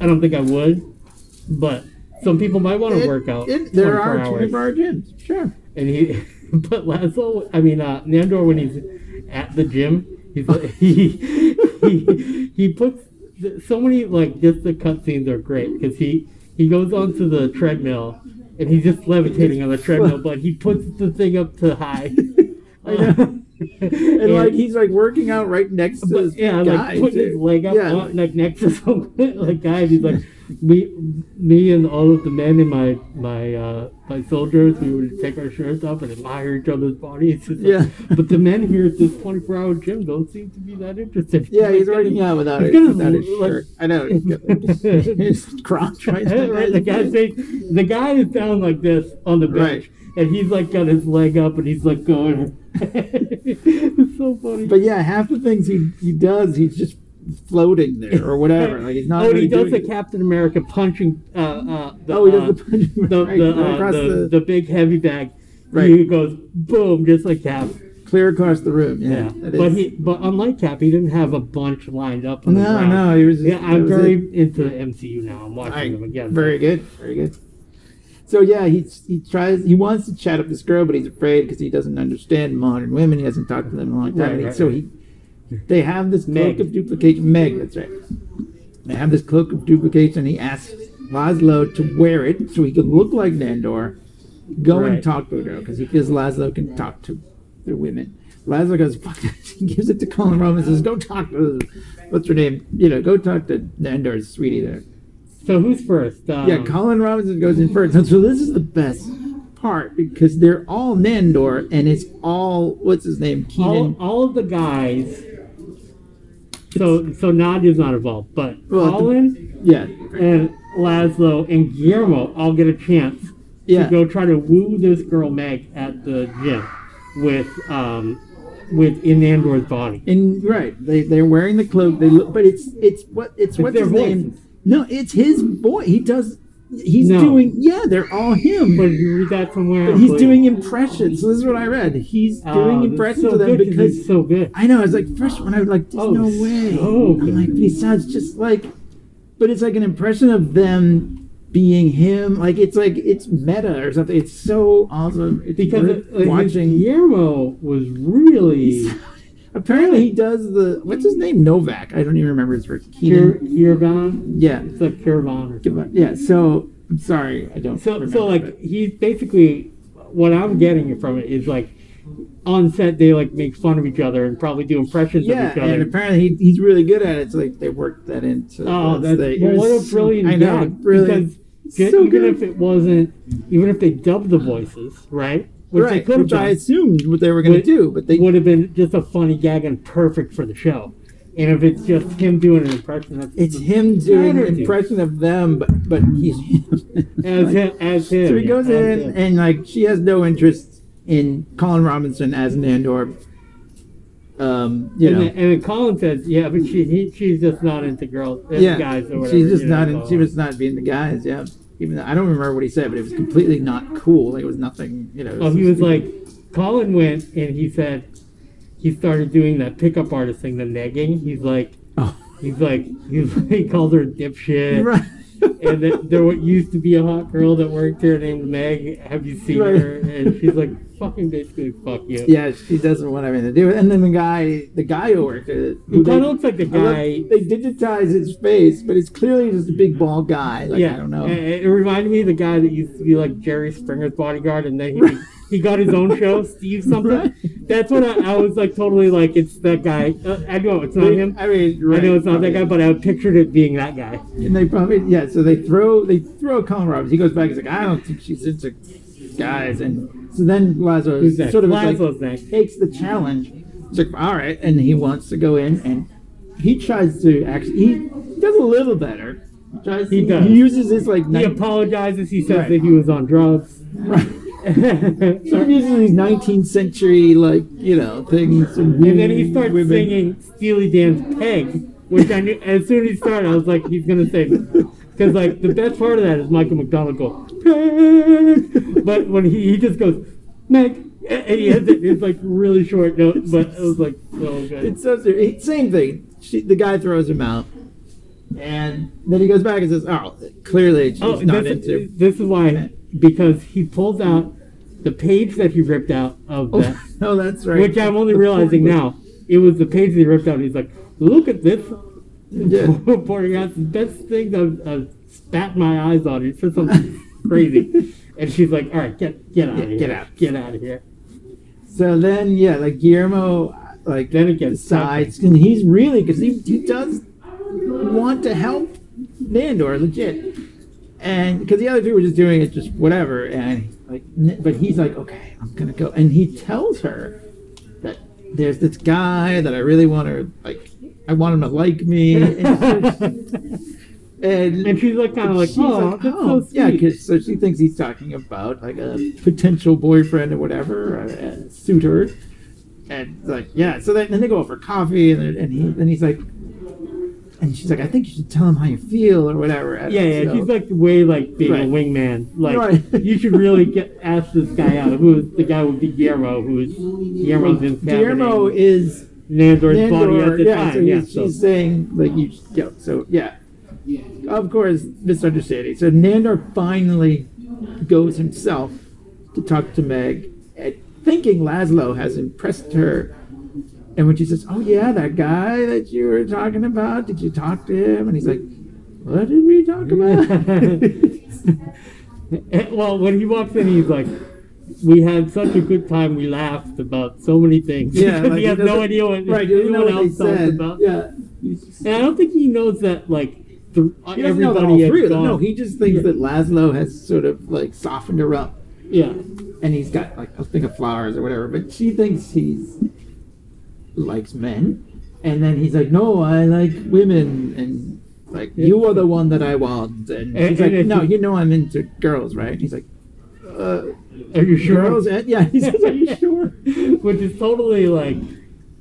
D: I don't think I would. But some people might want to
C: It-
D: work out.
C: it- there
D: 24
C: are
D: hours.
C: twenty-four hour gyms. Sure.
D: And he, but Lazo, I mean, uh, Nandor, when he's at the gym, he's like, he, he, he puts th- so many, like, just the cutscenes are great because he, he goes onto the treadmill and he's just levitating on the treadmill, but he puts the thing up to high.
C: I know. And,
D: And-
C: like he's like working out right next to
D: but,
C: this
D: yeah,
C: guy.
D: like putting his
C: too.
D: leg up,
C: Yeah,
D: on- like, next to some like guy. and He's like, me, me, and all of the men in my my uh, my soldiers, we would take our shirts off and admire each other's bodies. It's just like-
C: Yeah.
D: but the men here at this twenty four hour gym don't seem to be that interested.
C: Yeah, he's
D: Like,
C: working out without,
D: he's
C: it,
D: gonna
C: without his
D: look like-
C: shirt. I know. he's got, like, his crotch right there.
D: right, the guy saying, the guy is down like this on the bench, and he's like got his leg up, and he's like going. it's so funny.
C: But yeah, half the things he, he does, he's just floating there or whatever. Like he's not.
D: oh, and
C: really
D: he does
C: doing
D: the
C: it.
D: Captain America punching. Uh, uh, the,
C: Oh, he does
D: uh,
C: the punch
D: the,
C: right,
D: the,
C: right
D: uh,
C: across
D: the,
C: the,
D: the, big heavy bag.
C: Right.
D: He goes boom, just like Cap.
C: clear across the room. Yeah,
D: Yeah,
C: that
D: but
C: is-
D: he, but unlike Cap, he didn't have a bunch lined up. On the
C: No,
D: ground.
C: no, he was. Just,
D: Yeah, I'm
C: that was
D: very
C: it.
D: into the MCU now. I'm watching
C: I-
D: them again.
C: very good, very good. So yeah, he he tries. He wants to chat up this girl, but he's afraid because he doesn't understand modern women. He hasn't talked to them in a long time.
D: Right,
C: and he-
D: right,
C: so
D: right.
C: he, they have this cloak
D: Meg.
C: of duplication. Meg, that's right. They have this cloak of duplication. He asks Laszlo to wear it so he can look like Nandor. Go and
D: Right.
C: talk to a girl because he feels Laszlo can talk to the women. Laszlo goes, fuck that. He gives it to Colin Roman and says, go talk to, what's her name? You know, go talk to Nandor's sweetie there.
D: So who's first? Um,
C: Yeah, Colin Robinson goes in first. And so this is the best part because they're all Nandor and it's all what's his name?
D: all,
C: Keenan.
D: all of the guys. So so Nadia's not involved, but
C: Well, the-
D: Colin
C: Yeah.
D: and Laszlo and Guillermo all get a chance
C: Yeah.
D: to go try to woo this girl Meg at the gym with um with in Andor's body.
C: And right, they they're wearing the cloak. They look, but it's it's what it's, what's
D: their
C: his name?
D: voices.
C: No, it's his boy. He does He's
D: No.
C: doing yeah, they're all him.
D: But you read that somewhere.
C: But
D: else,
C: he's
D: like,
C: doing impressions. So this is what I read. He's
D: oh,
C: doing
D: that's
C: impressions
D: so
C: of them
D: good
C: because
D: he's so good.
C: I know. I was like, first one, I was like, there's
D: Oh,
C: no way.
D: so
C: I'm like,
D: good.
C: but he sounds just like, but it's like an impression of them being him. Like it's like it's meta or something. It's so awesome. It's
D: Because
C: worth
D: it, like,
C: watching.
D: Guillermo was really
C: Apparently, he does the what's his name Novak. I don't even remember his first.
D: Kir-
C: Keenan.
D: Kirvan.
C: Yeah,
D: It's like Kirvan or
C: Give up. yeah. So I'm sorry, I don't.
D: So,
C: remember,
D: so like
C: but-
D: he's basically what I'm getting from it is like on set they like make fun of each other and probably do impressions
C: yeah,
D: of each other.
C: and apparently he, he's really good at it. So like they worked that into.
D: oh,
C: this
D: that's
C: thing. It
D: well,
C: was
D: what a
C: so-
D: brilliant
C: I know,
D: gag,
C: brilliant.
D: Because
C: So
D: ju- even
C: good.
D: if it wasn't, even if they dubbed the voices, right? Which they
C: right,
D: could have
C: which I
D: done,
C: assumed what they were going to
D: Would-
C: do, but they
D: would have been just a funny gag and perfect for the show. And if it's just him doing an impression, that's
C: It's him doing
D: Snyder
C: an
D: did.
C: impression of them, but but he's him.
D: as
C: Like,
D: him, as him.
C: so he
D: yeah,
C: goes
D: as
C: in
D: him.
C: and like she has no interest in Colin Robinson as Nandor. Um, you
D: and,
C: know,
D: then, and then Colin says, "Yeah, but she he, she's just not into girls, uh,
C: yeah,
D: guys or whatever."
C: she's just
D: you know,
C: not.
D: blah,
C: In, she
D: blah.
C: was not being the guys. Yeah, even though I don't remember what he said, but it was completely not cool. Like, it was nothing. You know. it
D: Oh, he was
C: just-
D: like, Colin went and he said, he started doing that pickup artist thing, the negging. He's like,
C: Oh.
D: he's like, he's like, he called her a dipshit.
C: right.
D: And that there wa- used to be a hot girl that worked here named Meg. Have you seen
C: Right.
D: her? And she's like, fucking basically, fuck you.
C: yeah, she doesn't want anything to do with it. And then the guy, the guy who worked at it,
D: He
C: who they-
D: kind of looks like the
C: I love-
D: guy.
C: they digitize his face, but it's clearly just a big bald guy. Like
D: yeah,
C: I don't know.
D: and- and It, reminded me of the guy that used to be like Jerry Springer's bodyguard, and then he, he got his own show, Steve something.
C: Right.
D: That's what I, I was like totally like, it's that guy. Uh, I know it's not him.
C: I mean,
D: I
C: right,
D: know it's not that guy,
C: probably.
D: but I pictured it being that guy.
C: and they probably yeah. So they throw they throw Colin Roberts. He goes back. He's like, I don't think she's into guys. And so then Lazo
D: Who's next?
C: sort of is
D: Laszlo's
C: like,
D: next.
C: takes the challenge. It's like all right, and he wants to go in and he tries to actually he does a little better. Tries
D: He
C: to-
D: does.
C: He uses his like
D: He
C: nine-
D: apologizes. He says
C: Right.
D: that he was on drugs.
C: right.
D: and
C: He uses these 19th century like you know things. And
D: then he starts singing Steely Dan's "Peg," which I knew as soon as he started, I was like, he's gonna say because like the best part of that is Michael McDonald go "Peg," but when he, he just goes "Meg," and he has it, it's like really short notes, but it was like so good.
C: It's so serious. It- Same thing. She, the guy throws him out, and then he goes back and says, "Oh, clearly she's not
D: this,
C: into."
D: This is why, because he pulls out the page that he ripped out of that,
C: Oh, no, that's right.
D: which I'm only
C: The
D: realizing
C: porn
D: now. It was the page that he ripped out. He's like, look at this.
C: book. Yeah.
D: Pouring out the best thing I've, I've spat my eyes on. It's just something crazy. And she's like, all right, get get out
C: Yeah,
D: of here.
C: get out.
D: Get out of here.
C: So then, yeah, like Guillermo, like
D: Then it gets
C: decides, and he's really because he, he does want to help Nandor legit, and because the other two were just doing it just whatever, and like, n- but he's like, okay, I'm gonna go, and he tells her that there's this guy that I really want to like, I want him to like me, and, and
D: and she's like, kind of like,
C: She's
D: oh, that's so sweet.
C: yeah, because so she thinks he's talking about like a potential boyfriend or whatever, uh, or a suitor, and like yeah. So then, then they go out for coffee, and then- and he then he's like, and she's like, I think you should tell him how you feel or whatever. I don't
D: Yeah, yeah,
C: know.
D: he's like way like being a
C: Right.
D: wingman. Like
C: Right.
D: you should really get ask this guy out. Who the guy would be Guillermo, who is Guillermo's in
C: Guillermo is
D: Nandor's body
C: Nandor,
D: at the
C: yeah, so
D: time.
C: he's-
D: Yeah, so-
C: she's saying like you, yeah, so yeah. Of course, misunderstanding. So Nandor finally goes himself to talk to Meg, and thinking Laszlo has impressed her. And when she says, "Oh yeah, that guy that you were talking about, did you talk to him?" and he's like, "What did we talk about?"
D: Eh, well, when he walks in, he's like, "We had such a good time. We laughed about so many things."
C: yeah,
D: Because
C: like,
D: he has
C: doesn't-
D: no idea what
C: right, he doesn't know
D: anyone
C: what
D: else
C: they
D: talks
C: said.
D: about.
C: Yeah, He's just-
D: And I don't think he knows that like the,
C: He doesn't know that all
D: everybody
C: three
D: has
C: of them.
D: gone.
C: No, he just thinks
D: Yeah.
C: that Laszlo has sort of like softened her up,
D: yeah.
C: and he's got like a thing of flowers or whatever. But she thinks he's likes men, and then he's like, "No, I like women," and like, "You are the one that I want." And
D: And-
C: he's
D: and
C: like,
D: if
C: "No,
D: you-
C: you know I'm into girls, right?" And he's like, uh,
D: Are you sure?
C: "Girls?" And, yeah, he says, "Are you sure?"
D: Which is totally like,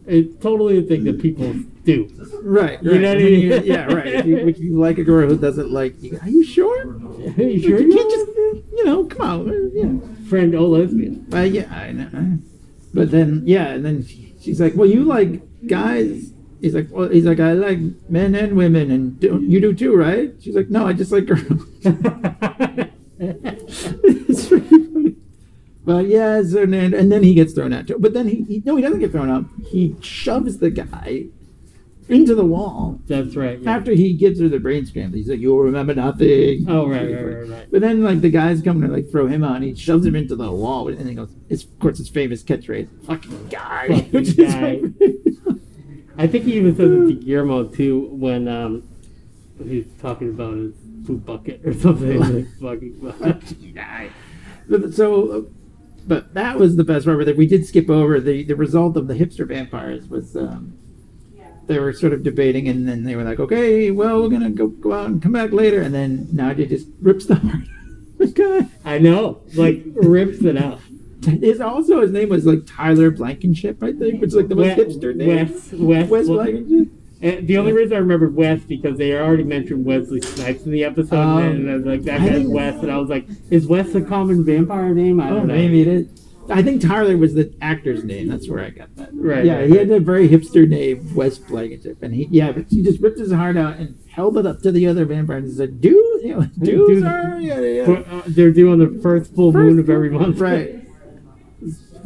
D: it's totally a thing that people do.
C: Right. You
D: Right.
C: know what I mean? You- yeah, right. If you, if you like a girl who doesn't like you, are you sure?
D: you sure
C: you
D: you
C: can't just, you know, come on. Yeah.
D: friend oh lesbian?
C: Uh, yeah, I know. But then, yeah, and then she, she's like, well, you like guys. He's like, well, he's like, I like men and women, and don't, you do too, right? She's like, no, I just like girls. it's pretty funny. But yeah, so then, and then he gets thrown out too. But then he, he no, he doesn't get thrown out. He shoves the guy into the wall
D: That's right. yeah.
C: after he gives her the brain scramble, he's like, "You'll remember nothing."
D: Oh right, right, right, right.
C: But then, like the guys come and like throw him out, and he shoves him into the wall, and he goes, "It's of course his famous catchphrase, fucking guy,"
D: Fucking
C: which is
D: guy.
C: my favorite.
D: I think he even says it
C: Hmm.
D: to Guillermo too when um he's talking about his poop bucket or something. like, fucking bucket.
C: Fucking guy. But, so, uh, but that was the best part. But we did skip over the the result of the hipster vampires was. Um, they were sort of debating, and then they were like, "Okay, well, we're gonna go go out and come back later." And then Nadia just rips the heart. out of the guy.
D: I know, like rips it out.
C: His also his name was like Tyler Blankenship, I think, which is like the most hipster name.
D: West, West,
C: Wes
D: well,
C: Blankenship.
D: and the only reason I remember West because they already mentioned Wesley Snipes in the episode,
C: Um,
D: and I was like, that
C: I
D: guy's
C: think-
D: West, and I was like, is West a common vampire name? I
C: Oh,
D: don't know.
C: maybe it is. I think Tyler was the actor's name. That's where I got that.
D: Right,
C: Yeah,
D: right,
C: he
D: right.
C: had a very hipster name, Wes Blankenship, and he yeah, but he just ripped his heart out and held it up to the other vampire and said, "Dude, you know, dudes
D: Dudes.
C: are yeah, yeah."
D: But, uh, they're due on the first full moon of every month,
C: right?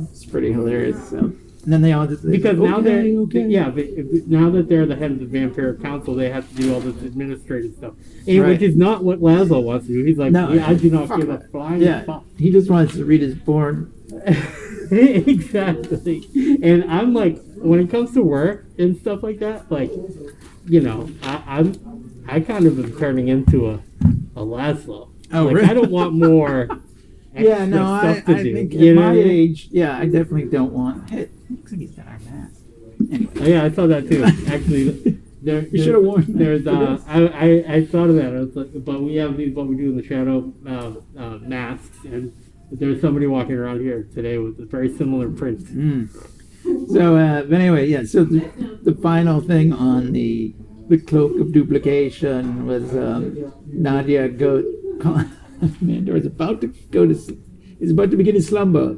C: It's pretty hilarious. So. And then they all just they
D: Because
C: go,
D: now
C: okay,
D: they're
C: okay.
D: yeah, but if- now that they're the head of the vampire council, they have to do all this administrative stuff, and
C: Right.
D: which is not what Laszlo wants to do. He's like,
C: No,
D: yeah, I do not
C: fuck
D: give a
C: that.
D: flying
C: yeah.
D: fuck.
C: He just wants to read his born
D: exactly. And I'm like, when it comes to work and stuff like that, like, you know, I, I'm, I kind of am turning into a, a Laszlo.
C: Oh,
D: like,
C: really?
D: I don't want more.
C: yeah,
D: extra
C: no, I,
D: stuff to
C: I
D: do,
C: think
D: you
C: at
D: know
C: my
D: what I mean?
C: age, yeah, I definitely don't want. It looks like he's got our mask. Anyway,
D: Oh, yeah, I saw that too. Actually, there,
C: You should've worn that.
D: There's, uh, I, I, I thought of that. I was like, but we have these what we do in the shadow uh, uh, masks, and there's somebody walking around here today with a very similar print.
C: Mm. so uh, but anyway, yeah. So the, the final thing on the the cloak of duplication was um, Nadia go. Amanda was about to go to. s- Is about to begin his slumber.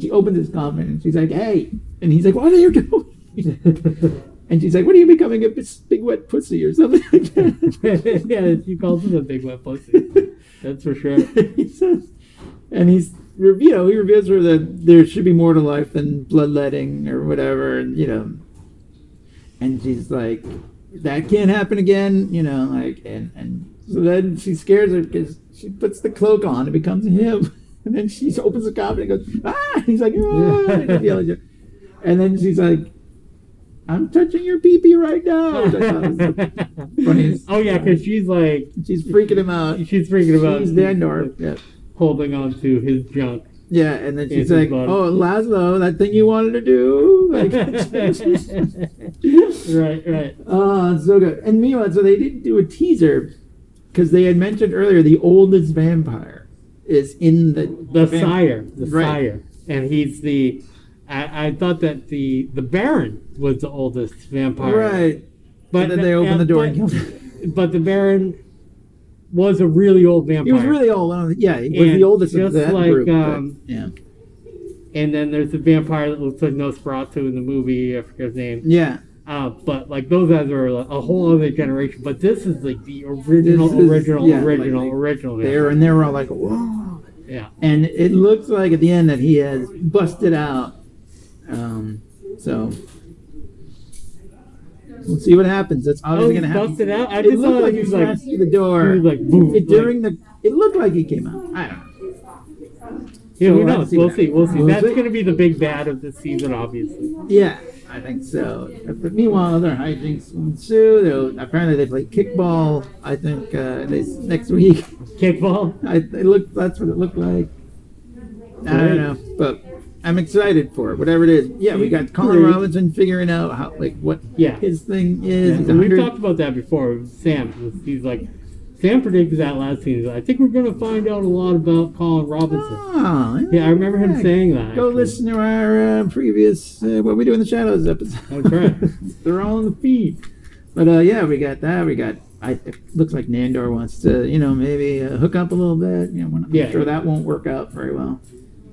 C: She opens his coffin and she's like, "Hey," and he's like, "What are you doing?" and she's like, "What are you becoming a bis- big wet pussy or something like that?"
D: yeah, she calls him a big wet pussy. That's for sure.
C: he says, and he's you know he reveals her that there should be more to life than bloodletting or whatever, and you know, and she's like, that can't happen again, you know, like, and and so then she scares her because she puts the cloak on and becomes him, and then she opens the cupboard and goes ah, he's like ah, and, he's yelling at her. And then she's like. I'm touching your pee pee right now. Which I thought was funny.
D: oh yeah, because she's like
C: She's freaking him out.
D: she's freaking about
C: She's Dandor. Yeah.
D: holding on to his junk.
C: Yeah, and then she's
D: Yeah,
C: like,
D: his bottom.
C: "Oh, Laszlo, that thing you wanted to do." Like,
D: right, right.
C: oh, it's so good. And meanwhile, so they didn't do a teaser because they had mentioned earlier the oldest vampire is in the
D: The
C: vamp-
D: sire, the
C: Right.
D: sire, and he's the. I, I thought that the the Baron was the oldest vampire.
C: right?
D: but
C: and then they opened the door and
D: but-
C: killed him.
D: But the Baron was a really old vampire.
C: He was really old. I don't- Yeah, he was
D: And
C: the oldest of
D: just
C: that
D: like,
C: group. but-
D: um,
C: yeah,
D: And then there's the vampire that looks like Nosferatu in the movie. I forget his name.
C: yeah.
D: Uh, but like those guys are like, a whole other generation. But this is like the original,
C: This is-
D: original,
C: yeah, like,
D: original,
C: they-
D: original.
C: They were and they were all like, "Whoa!"
D: yeah.
C: And it looks like at the end that he has busted out. Um, so we'll see what happens. That's
D: Oh,
C: obviously
D: he
C: gonna happen.
D: busted out. I
C: it
D: just
C: looked
D: saw
C: like
D: he
C: he
D: was like,
C: smashed
D: he
C: through the door.
D: was like, boom.
C: it,
D: like-
C: during the, it looked like he came out. I don't know.
D: Yeah,
C: So
D: who
C: we'll
D: knows?
C: see
D: We'll
C: that.
D: see. We'll see.
C: We'll
D: That's
C: see.
D: going to be the big bad of this season, obviously.
C: Yeah, I think so. But meanwhile, other hijinks ensue. They'll- Apparently, they play kickball. I think uh, they, next week.
D: Kickball.
C: I it looked. That's what it looked like. I don't know, but I'm excited for it. Whatever it is, yeah, we got Colin
D: Agreed.
C: Robinson figuring out how, like, what
D: Yeah.
C: his thing is. He's
D: We've
C: 100
D: talked about that before. with Sam, he's like, Sam predicted that last season. I think we're going to find out a lot about Colin Robinson.
C: Oh,
D: Yeah, I remember him saying that.
C: Go
D: actually.
C: listen to our uh, previous uh, "What We Do in the Shadows" episode.
D: That's right.
C: They're all in the feed. But uh, yeah, we got that. We got. I it looks like Nandor wants to, you know, maybe uh, hook up a little bit. You know, we're not
D: Yeah.
C: sure that won't work out very well.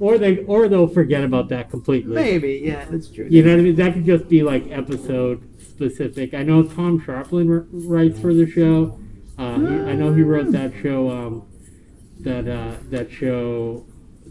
D: Or they, or they'll forget about that completely.
C: Maybe, yeah, that's true.
D: You know what I mean? That could just be like episode specific. I know Tom Sharpling wr- writes for the show. Uh, he, I know he wrote that show. Um, that uh, that show,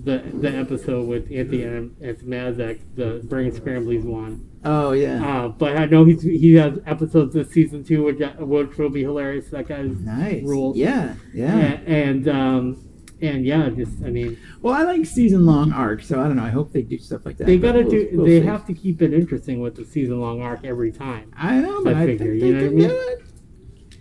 D: the the episode with Anthony An- Anthony Mazak, the Brain Scramblies one.
C: Oh yeah,
D: Uh, but I know he's, he has episodes this season too, which I- which will be hilarious. That guy's
C: nice.
D: rules.
C: Yeah, yeah,
D: and and, um, and yeah, just I mean,
C: Well, I like season long arcs, so I don't know. I hope they do stuff like that.
D: they
C: but
D: gotta
C: we'll-
D: do.
C: we'll
D: they
C: see.
D: have to keep it interesting with the season long arc every time.
C: I know, but
D: I
C: I,
D: figure,
C: think they
D: you know
C: can
D: what I
C: do it.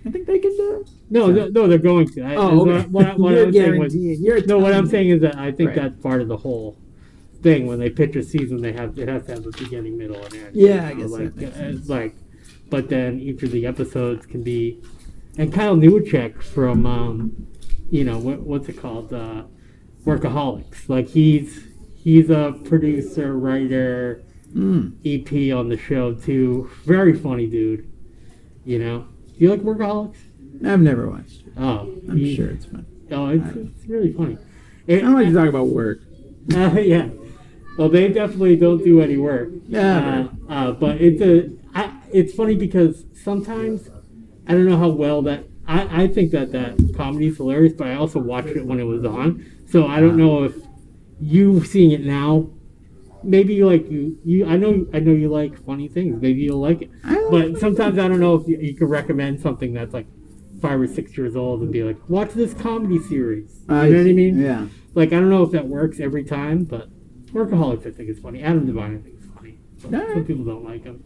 C: I think they can do it.
D: No,
C: So-
D: no, no, they're going to. I,
C: Oh,
D: that's
C: okay.
D: what, I- what, I- what I
C: you're
D: was saying was,
C: guaranteeing. You're
D: no, what
C: telling
D: I'm saying is that I think
C: Right.
D: that's part of the whole thing. When they pitch a season, they have it has to have a beginning, middle, and end.
C: Yeah, I
D: You know,
C: guess that
D: like,
C: makes
D: uh,
C: sense.
D: like, but then each of the episodes can be, and Kyle Newchek from, um, you know, what, what's it called, uh, Workaholics. Like he's he's a producer, writer,
C: me. Mm.
D: EP on the show too. Very funny dude. You know, do you like Workaholics?
C: I've never watched. It.
D: Oh,
C: I'm
D: you-
C: sure it's fun.
D: Oh, it's, it's really funny.
C: I don't like to talk about work.
D: Uh, yeah. Well, they definitely don't do any work.
C: Yeah.
D: Uh, uh, but it's a. I, it's funny because sometimes I don't know how well that. I, I think that that comedy is hilarious, but I also watched it when it was on, so I don't know if you seeing it now. Maybe you like you, you. I know I know you like funny things. Maybe you'll like it.
C: I like
D: But sometimes I don't know if you, you can recommend something that's like five or six years old and be like, watch this comedy series. You know what I mean?
C: Yeah.
D: Like I don't know if that works every time, but Workaholics I think is funny. Adam Devine I think is funny. But
C: Alright.
D: Some people don't like him.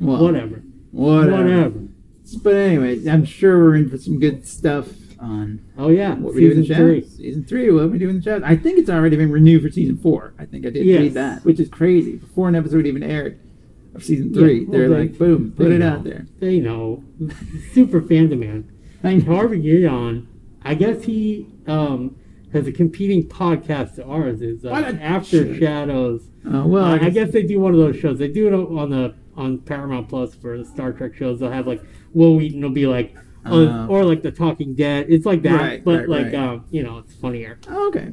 C: Well,
D: Whatever.
C: Whatever.
D: Whatever.
C: But anyways, I'm sure we're in for some good stuff on
D: Oh yeah.
C: what we do in
D: Season
C: the
D: three.
C: shadows. Season three, what we do in the shadows. I think it's already been renewed for season four. I think I did
D: Yes.
C: read that, which is crazy. Before an episode even aired of season
D: Yeah,
C: three,
D: well,
C: they're
D: they-
C: like, boom, put
D: they
C: it
D: know.
C: out there.
D: They know. Super fan demand.
C: I know.
D: Harvey Gideon, I guess he um has a competing podcast to ours is uh,
C: What a
D: After
C: shame.
D: Shadows.
C: Uh, well,
D: I, I guess they do one of those shows. They do it on the on Paramount Plus for the Star Trek shows. They'll have like Will Wheaton will be like, uh,
C: Uh,
D: or like the Talking Dead. It's like that,
C: Right,
D: but
C: right,
D: like
C: right.
D: um, you know, it's funnier.
C: Oh, okay.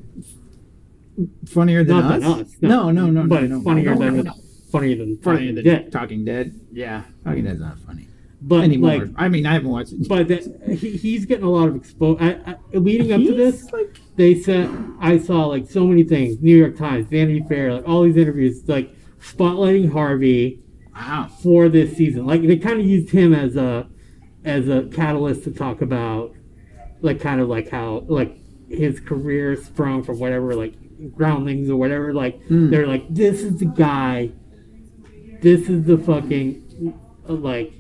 C: Funnier than
D: Not
C: us?
D: than us,
C: No, no,
D: no.
C: no, no.
D: but
C: no,
D: it's funnier
C: no,
D: than
C: no,
D: the,
C: no.
D: funnier than
C: funnier
D: Talking
C: than
D: Dead.
C: Talking Dead. Yeah, Talking Dead's not funny
D: But
C: anymore.
D: like,
C: I mean, I haven't watched it.
D: but that, he, he's getting a lot of exposure. Leading up to
C: He's,
D: this,
C: like,
D: they said I saw like so many things: New York Times, Vanity Fair, like all these interviews, like spotlighting Harvey.
C: wow.
D: for this season. Like they kind of used him as a as a catalyst to talk about like kind of like how like his career sprung from whatever like groundlings or whatever like
C: Hmm.
D: they're like this is the guy this is the fucking uh, like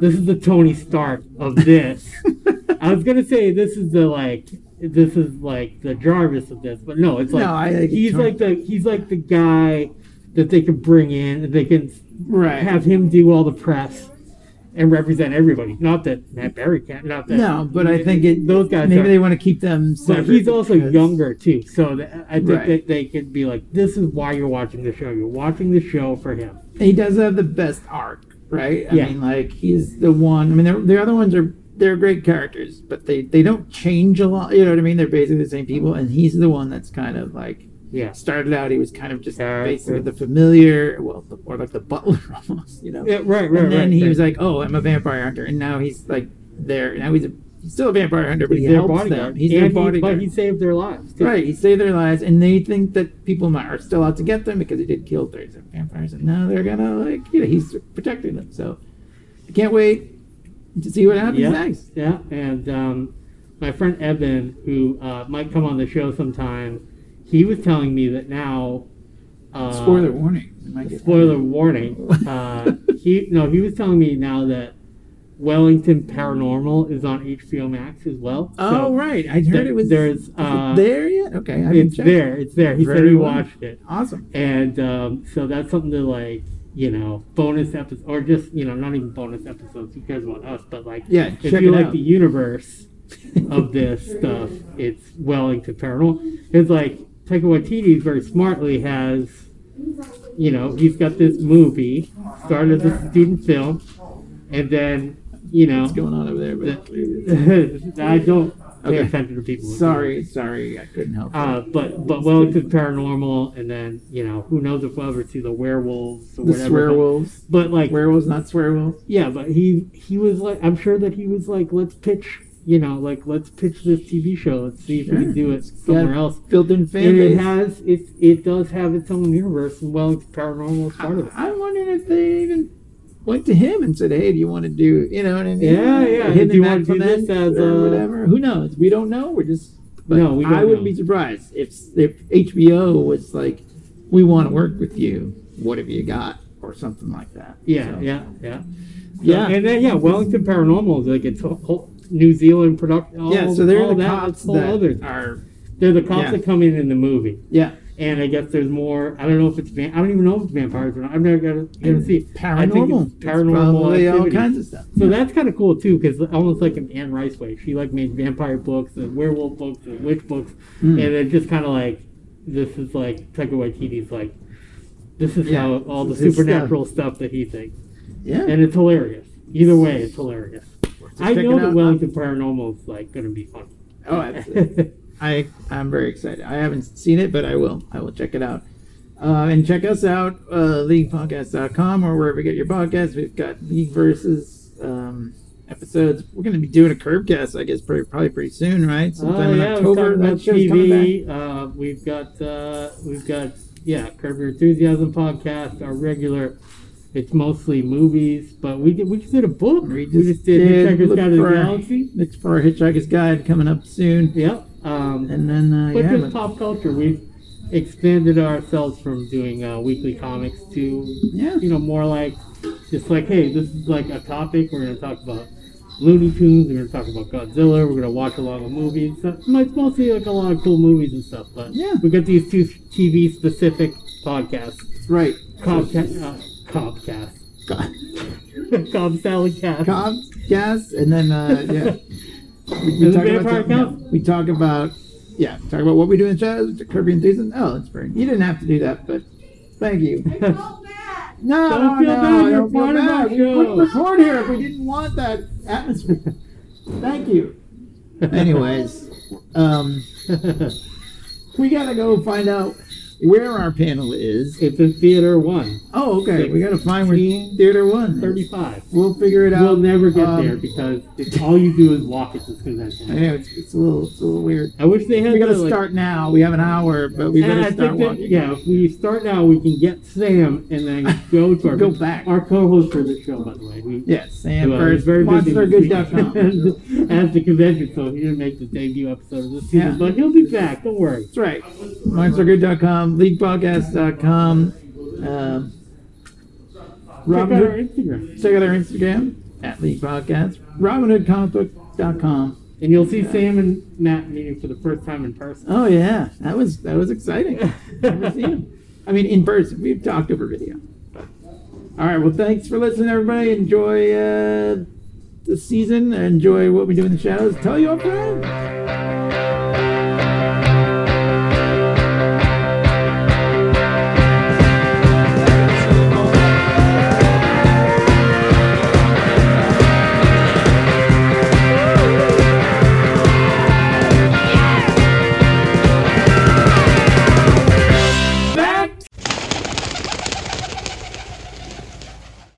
D: this is the Tony Stark of this. I was gonna say this is the like this is like the Jarvis of this, but no, it's like
C: No, I think
D: he's
C: Tony-
D: like the he's like the guy that they could bring in and they can
C: Right.
D: have him do all the press and represent everybody. Not that Matt Berry can't. Not that
C: No, but I think it.
D: those guys.
C: Maybe
D: are,
C: they want to keep them.
D: but
C: Separate
D: he's also
C: because-
D: younger too, so th- I think
C: Right.
D: that they could be like, "This is why you're watching the show. You're watching the show for him."
C: He does have the best arc, right? I
D: Yeah.
C: mean, like he's the one. I mean, the, the other ones are they're great characters, but they they don't change a lot. You know what I mean? They're basically the same people, and he's the one that's kind of like
D: Yeah.
C: started out. He was kind of just
D: Character.
C: basically the familiar, well, the, or like the butler almost, you know.
D: Yeah. Right. Right.
C: and then
D: right,
C: he
D: right.
C: was like, "Oh, I'm a vampire hunter," and now he's like there. Now he's a he's still a vampire hunter, but
D: He's
C: he
D: their
C: helps
D: bodyguard.
C: them. He's
D: and
C: their
D: he-
C: bodyguard.
D: But he saved their lives. too.
C: Right, he saved their lives, and they think that people might, are still out to get them because he did kill 37 vampires, and now they're gonna, like, you know, he's protecting them. So I can't wait to see what happens
D: Yeah.
C: next.
D: Yeah. And um, my friend Evan, who uh, might come on the show sometime, he was telling me that now. Uh,
C: Spoiler warning. It might get-
D: spoiler warning. Uh, he no, he was telling me now that Wellington Paranormal is on HBO Max as well.
C: Oh,
D: So
C: right. I heard
D: there-
C: it was.
D: there's,
C: is it
D: uh,
C: there yet? Okay, I haven't
D: it's
C: checked.
D: there. It's there. He said
C: Very
D: he
C: well.
D: watched it,
C: Awesome.
D: and um, so that's something to like, you know, bonus episode or just you know, not even bonus episodes. Who cares about us? But like,
C: Yeah,
D: if
C: check
D: you
C: it
D: like
C: out.
D: the universe, of this stuff, it's well into paranormal. It's like Taika Waititi very smartly has, you know, he's got this movie started as a student film, and then you know,
C: What's going on over there? But
D: I don't pay
C: Okay.
D: attention to people.
C: sorry, sorry, I couldn't help.
D: Uh, but but well into paranormal, and then you know who knows if we'll ever see the werewolves or
C: the
D: whatever.
C: swearwolves,
D: But, but like
C: werewolves, not swearwolves.
D: yeah, but he he was like I'm sure that he was like let's pitch you know like let's pitch this TV show let's see if we
C: Sure.
D: can do it somewhere
C: Yeah,
D: else.
C: Built in
D: And
C: fan
D: it
C: base.
D: has it it does have its own universe, and well into paranormal is part of it.
C: I- I'm wondering if they even went to him and said, "Hey, do you want to do?" You know what I mean?
D: Yeah, yeah,
C: Hidden
D: do you wanna do
C: Implement
D: this as
C: or
D: a-
C: whatever? Who knows? We don't know. We're just. But
D: No, we don't
C: I wouldn't
D: know.
C: be surprised if if HBO was like, "We want to work with you. What have you got?" or something like that.
D: Yeah,
C: So,
D: yeah, yeah, So-
C: Yeah.
D: And then yeah, Wellington Paranormal is like it's a whole New Zealand production. all-
C: yeah. So they're
D: all
C: the
D: that,
C: cops
D: whole
C: that
D: other-
C: are.
D: They're the cops
C: Yeah.
D: that come in in the movie.
C: Yeah.
D: And I guess there's more. I don't know if it's van- I don't even know if it's vampires or not. I've never got to, got to see it. I think
C: Paranormal.
D: it's
C: It's
D: paranormal
C: probably all
D: activity.
C: kinds of stuff.
D: So that's kind of cool too, because almost like an Anne Rice way, she like made vampire books and werewolf books and witch books,
C: Mm.
D: and then just kind of like this is like Taika Waititi's like this is
C: Yeah,
D: how all the
C: this is his
D: supernatural stuff. that he thinks,
C: Yeah.
D: and it's hilarious. Either way, it's hilarious. I
C: checking
D: know that
C: out-
D: Wellington Paranormal is like gonna be fun.
C: oh, absolutely. I I'm very excited. I haven't seen it, but I will. I will check it out. Uh, and check us out, uh, leaguepodcast.com or wherever you get your podcasts. We've got League versus um, episodes. We're going to be doing a Curbcast, I guess, pretty, probably pretty soon, right? Sometime in
D: we're
C: October.
D: talking
C: That
D: about
C: show's coming back.
D: TV. Uh, we've got uh, we've got yeah, Curb Your Enthusiasm podcast, our regular. It's mostly movies, but we did, we just did a book.
C: We
D: we
C: just
D: just did,
C: did
D: Hitchhiker's
C: look
D: Guide to the
C: for-
D: Galaxy.
C: It's for Hitchhiker's Guide coming up soon.
D: Yep. Um,
C: And then, uh,
D: but
C: yeah. but-
D: just pop culture, we've expanded ourselves from doing uh, weekly comics to
C: Yeah.
D: you know more like just like hey, this is like a topic we're gonna talk about. Looney Tunes, we're gonna talk about Godzilla, we're gonna watch a lot of movies. So it's mostly like a lot of cool movies and stuff. But
C: Yeah.
D: we got these two TV specific podcasts,
C: Right.
D: Comcast, uh, Comcast, Com Salad Cast.
C: Comcast, and then, uh, yeah. We,
D: Is it
C: talk about
D: Vampire
C: something else.
D: Count?
C: we talk about yeah, talk about what we do in the shadows, the Kirby enthusiasm. Oh, it's burning. You didn't have to do that, but thank you. No, no,
D: Don't feel
C: no,
D: bad,
C: I
D: you're
C: don't feel
D: part of
C: bad.
D: our
C: We
D: show.
C: wouldn't record here if we didn't want that atmosphere. thank you. Anyways, um, we gotta go find out where our panel is.
D: it's in Theater One,
C: Oh, okay. We gotta find where
D: Sixteen
C: theater one. is.
D: thirty-five.
C: We'll figure it out.
D: We'll never get
C: Um,
D: there because if all you do is walk at this
C: I
D: convention.
C: know it's, it's a little, it's a little weird.
D: I wish they had.
C: We
D: the,
C: gotta
D: like-
C: start now. We have an hour, but we
D: And I
C: gotta
D: think
C: start
D: that,
C: walking.
D: Yeah, if we start now, we can get Sam and then go to our
C: Go back.
D: Our co-host for the show, by the way. We,
C: Yes, Sam
D: who, uh,
C: first.
D: is very busy this week
C: MonsterGood.com.
D: as the convention, so he didn't make the debut episode of this season,
C: Yeah.
D: but he'll be back. Don't worry.
C: That's right. MonsterGood.com, LeaguePodcast.com. Um, Robin
D: Check out our
C: Hood,
D: Instagram,
C: check out our Instagram at League Podcast. RobinHoodComicBook.com.
D: and you'll see Sam and Matt meeting for the first time in person.
C: Oh yeah, that was that was exciting. Never seen him. I mean, in person. We've talked over video. All right. Well, thanks for listening, everybody. Enjoy uh, the season. Enjoy what we do in the shadows. Tell you all friends.